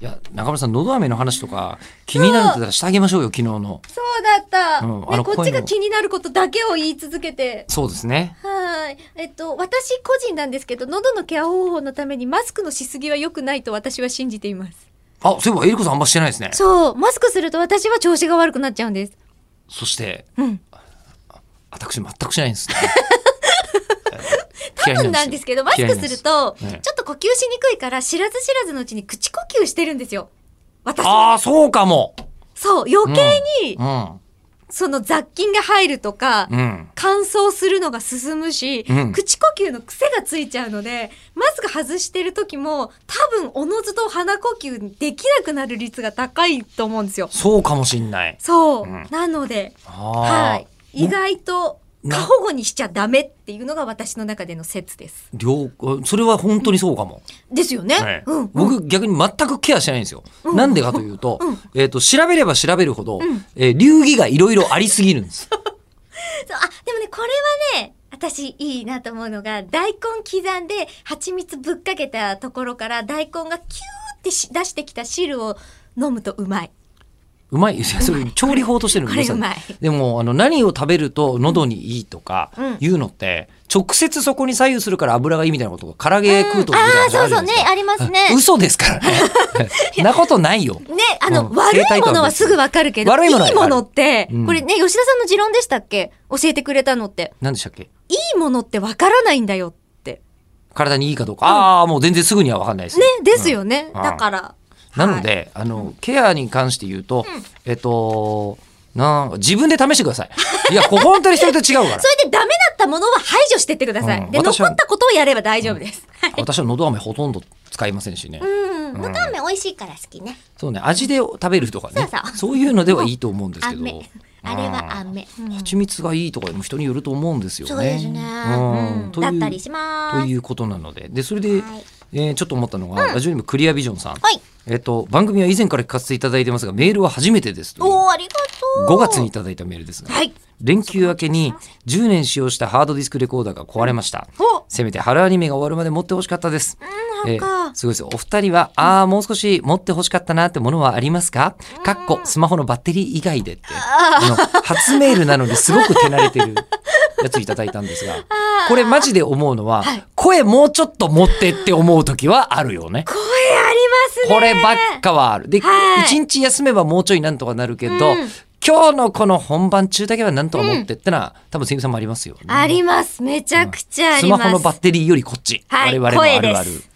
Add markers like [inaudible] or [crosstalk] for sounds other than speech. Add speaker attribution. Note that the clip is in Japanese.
Speaker 1: いや中村さんのど飴の話とか気になるんだったらしてあげましょうよ昨日の
Speaker 2: そうだった、
Speaker 1: うんあ
Speaker 2: ね、
Speaker 1: の
Speaker 2: こっち
Speaker 1: こういう
Speaker 2: が
Speaker 1: の
Speaker 2: 気になることだけを言い続けて
Speaker 1: そうですね
Speaker 2: はいえっと私個人なんですけど喉のケア方法のためにマスクのしすぎは良くないと私は信じています
Speaker 1: あそういえばエリコさんあんましてないですねそ
Speaker 2: そうマスクすると私は調子が悪くなっちゃうんです
Speaker 1: して
Speaker 2: うん
Speaker 1: 私全くしないんですね
Speaker 2: [laughs] 多分なんですけどマスクするとちょ
Speaker 1: 嫌いなんですね
Speaker 2: っと呼吸しにくいから知らず知らずのうちに口呼吸してるんですよ私
Speaker 1: ああそうかも
Speaker 2: そう余計に
Speaker 1: うん
Speaker 2: その雑菌が入るとか、
Speaker 1: うん
Speaker 2: 乾燥するのが進むし、
Speaker 1: うん
Speaker 2: 口呼吸の癖がついちゃうので、マスク外してる時も、多分おのずと鼻呼吸できなくなる率が高いと思うんですよ。
Speaker 1: そうかもしんない
Speaker 2: そう。
Speaker 1: うん
Speaker 2: なので、は。
Speaker 1: はい
Speaker 2: 意外と、
Speaker 1: な
Speaker 2: 過保護にしちゃダメっていうのが私の中での説です。
Speaker 1: 両それは本当にそうかも、
Speaker 2: ですよね。
Speaker 1: はい
Speaker 2: うん。うん
Speaker 1: 僕逆に全くケアしてないんですよ、
Speaker 2: うん
Speaker 1: なんでかというと,、
Speaker 2: うん
Speaker 1: えー、と調べれば調べるほど、
Speaker 2: うん
Speaker 1: えー流儀がいろいろありすぎるんです
Speaker 2: そうあ、でもね、これはね、私いいなと思うのが、大根刻んで蜂蜜ぶっかけたところから大根がキューってし出してきた汁を飲むとうまい。
Speaker 1: うまい [laughs] いやそれ調理法としての
Speaker 2: これ
Speaker 1: 良さ
Speaker 2: うまい。
Speaker 1: でもあの何を食べると喉にいいとか
Speaker 2: うん
Speaker 1: いうのって、直接そこに左右するから油がいいみたいなことが唐揚げ食うとみたいな
Speaker 2: ああ
Speaker 1: 話
Speaker 2: ー、
Speaker 1: あ
Speaker 2: そう
Speaker 1: るじゃ
Speaker 2: そう
Speaker 1: ない
Speaker 2: ね
Speaker 1: です、か
Speaker 2: ありますね。
Speaker 1: 嘘ですから [laughs] ね
Speaker 2: [laughs]
Speaker 1: そんなことないよ
Speaker 2: ね、あの、
Speaker 1: うん
Speaker 2: 悪いものは
Speaker 1: 生態とは別
Speaker 2: すぐわかるけど、
Speaker 1: 悪いものはいわか
Speaker 2: い
Speaker 1: る
Speaker 2: ものって、
Speaker 1: うん
Speaker 2: これね、吉田さんの持論でしたっけ教えてくれたのって。
Speaker 1: 何でしたっけ
Speaker 2: いいものってわからないんだよって。
Speaker 1: 体にいいかどうか、ああもう全然すぐには分かんないです
Speaker 2: ね、ですよね。
Speaker 1: うん
Speaker 2: だから。
Speaker 1: なので、あの、ケアに関して言うと、えっと、なん自分で試してください。いや、ここ本当に人によって違うか
Speaker 2: [laughs] それでダメだったものは排除してってください。
Speaker 1: うん
Speaker 2: で、残
Speaker 1: 私は
Speaker 2: ったことをやれば大丈夫です。
Speaker 1: ら。私はのど飴ほとんど使いませんしね。
Speaker 2: うん。
Speaker 1: ん
Speaker 2: のど飴美味しいから好きね。
Speaker 1: そうね、味で食べるとかね。
Speaker 2: そうそう
Speaker 1: いうのではいいと思うんですけど。
Speaker 2: 飴。あれは飴。うん
Speaker 1: 蜂蜜がいいとかも人によると思うんですよね。
Speaker 2: そうですね。
Speaker 1: うん
Speaker 2: うん
Speaker 1: とい
Speaker 2: だ
Speaker 1: う
Speaker 2: ったりしま
Speaker 1: と
Speaker 2: ーす。
Speaker 1: いうことなので。で、それで、
Speaker 2: はい
Speaker 1: えーちょっと思ったのが、ラジオネームクリアビジョンさん。
Speaker 2: はい。
Speaker 1: えっと、番組は以前から聞かせていただいてますが、メールは初めてですという。
Speaker 2: おー、ありがとう。
Speaker 1: 5月にい。ただいたメールですが。
Speaker 2: はい。
Speaker 1: 連休明けに10年使用したハードディスクレコーダーが壊れました。
Speaker 2: お
Speaker 1: せめて春アニメが終わるまで持ってほしかったです。
Speaker 2: なんか
Speaker 1: すごいですよ。お二人は、ああ、もう少し持ってほしかったなってものはありますかかっこ、スマホのバッテリー以外でって。あの、初メールなのにすごく手慣れてるやついただいたんです [laughs] が、これマジで思うのは、声もうちょっと持ってって思う時はあるよね。
Speaker 2: 声ありますね。
Speaker 1: こればっかはある。で、
Speaker 2: はい
Speaker 1: 一日休めばもうちょいなんとかなるけど、
Speaker 2: うん
Speaker 1: 今日のこの本番中だけはなんとか持ってってのは、多分セミさんもありますよね。
Speaker 2: あります。めちゃくちゃあ
Speaker 1: ス
Speaker 2: りま
Speaker 1: マ
Speaker 2: す。
Speaker 1: ホのバッテリーよりこっち。
Speaker 2: はい
Speaker 1: 我々のあるあ
Speaker 2: 声で
Speaker 1: る
Speaker 2: す。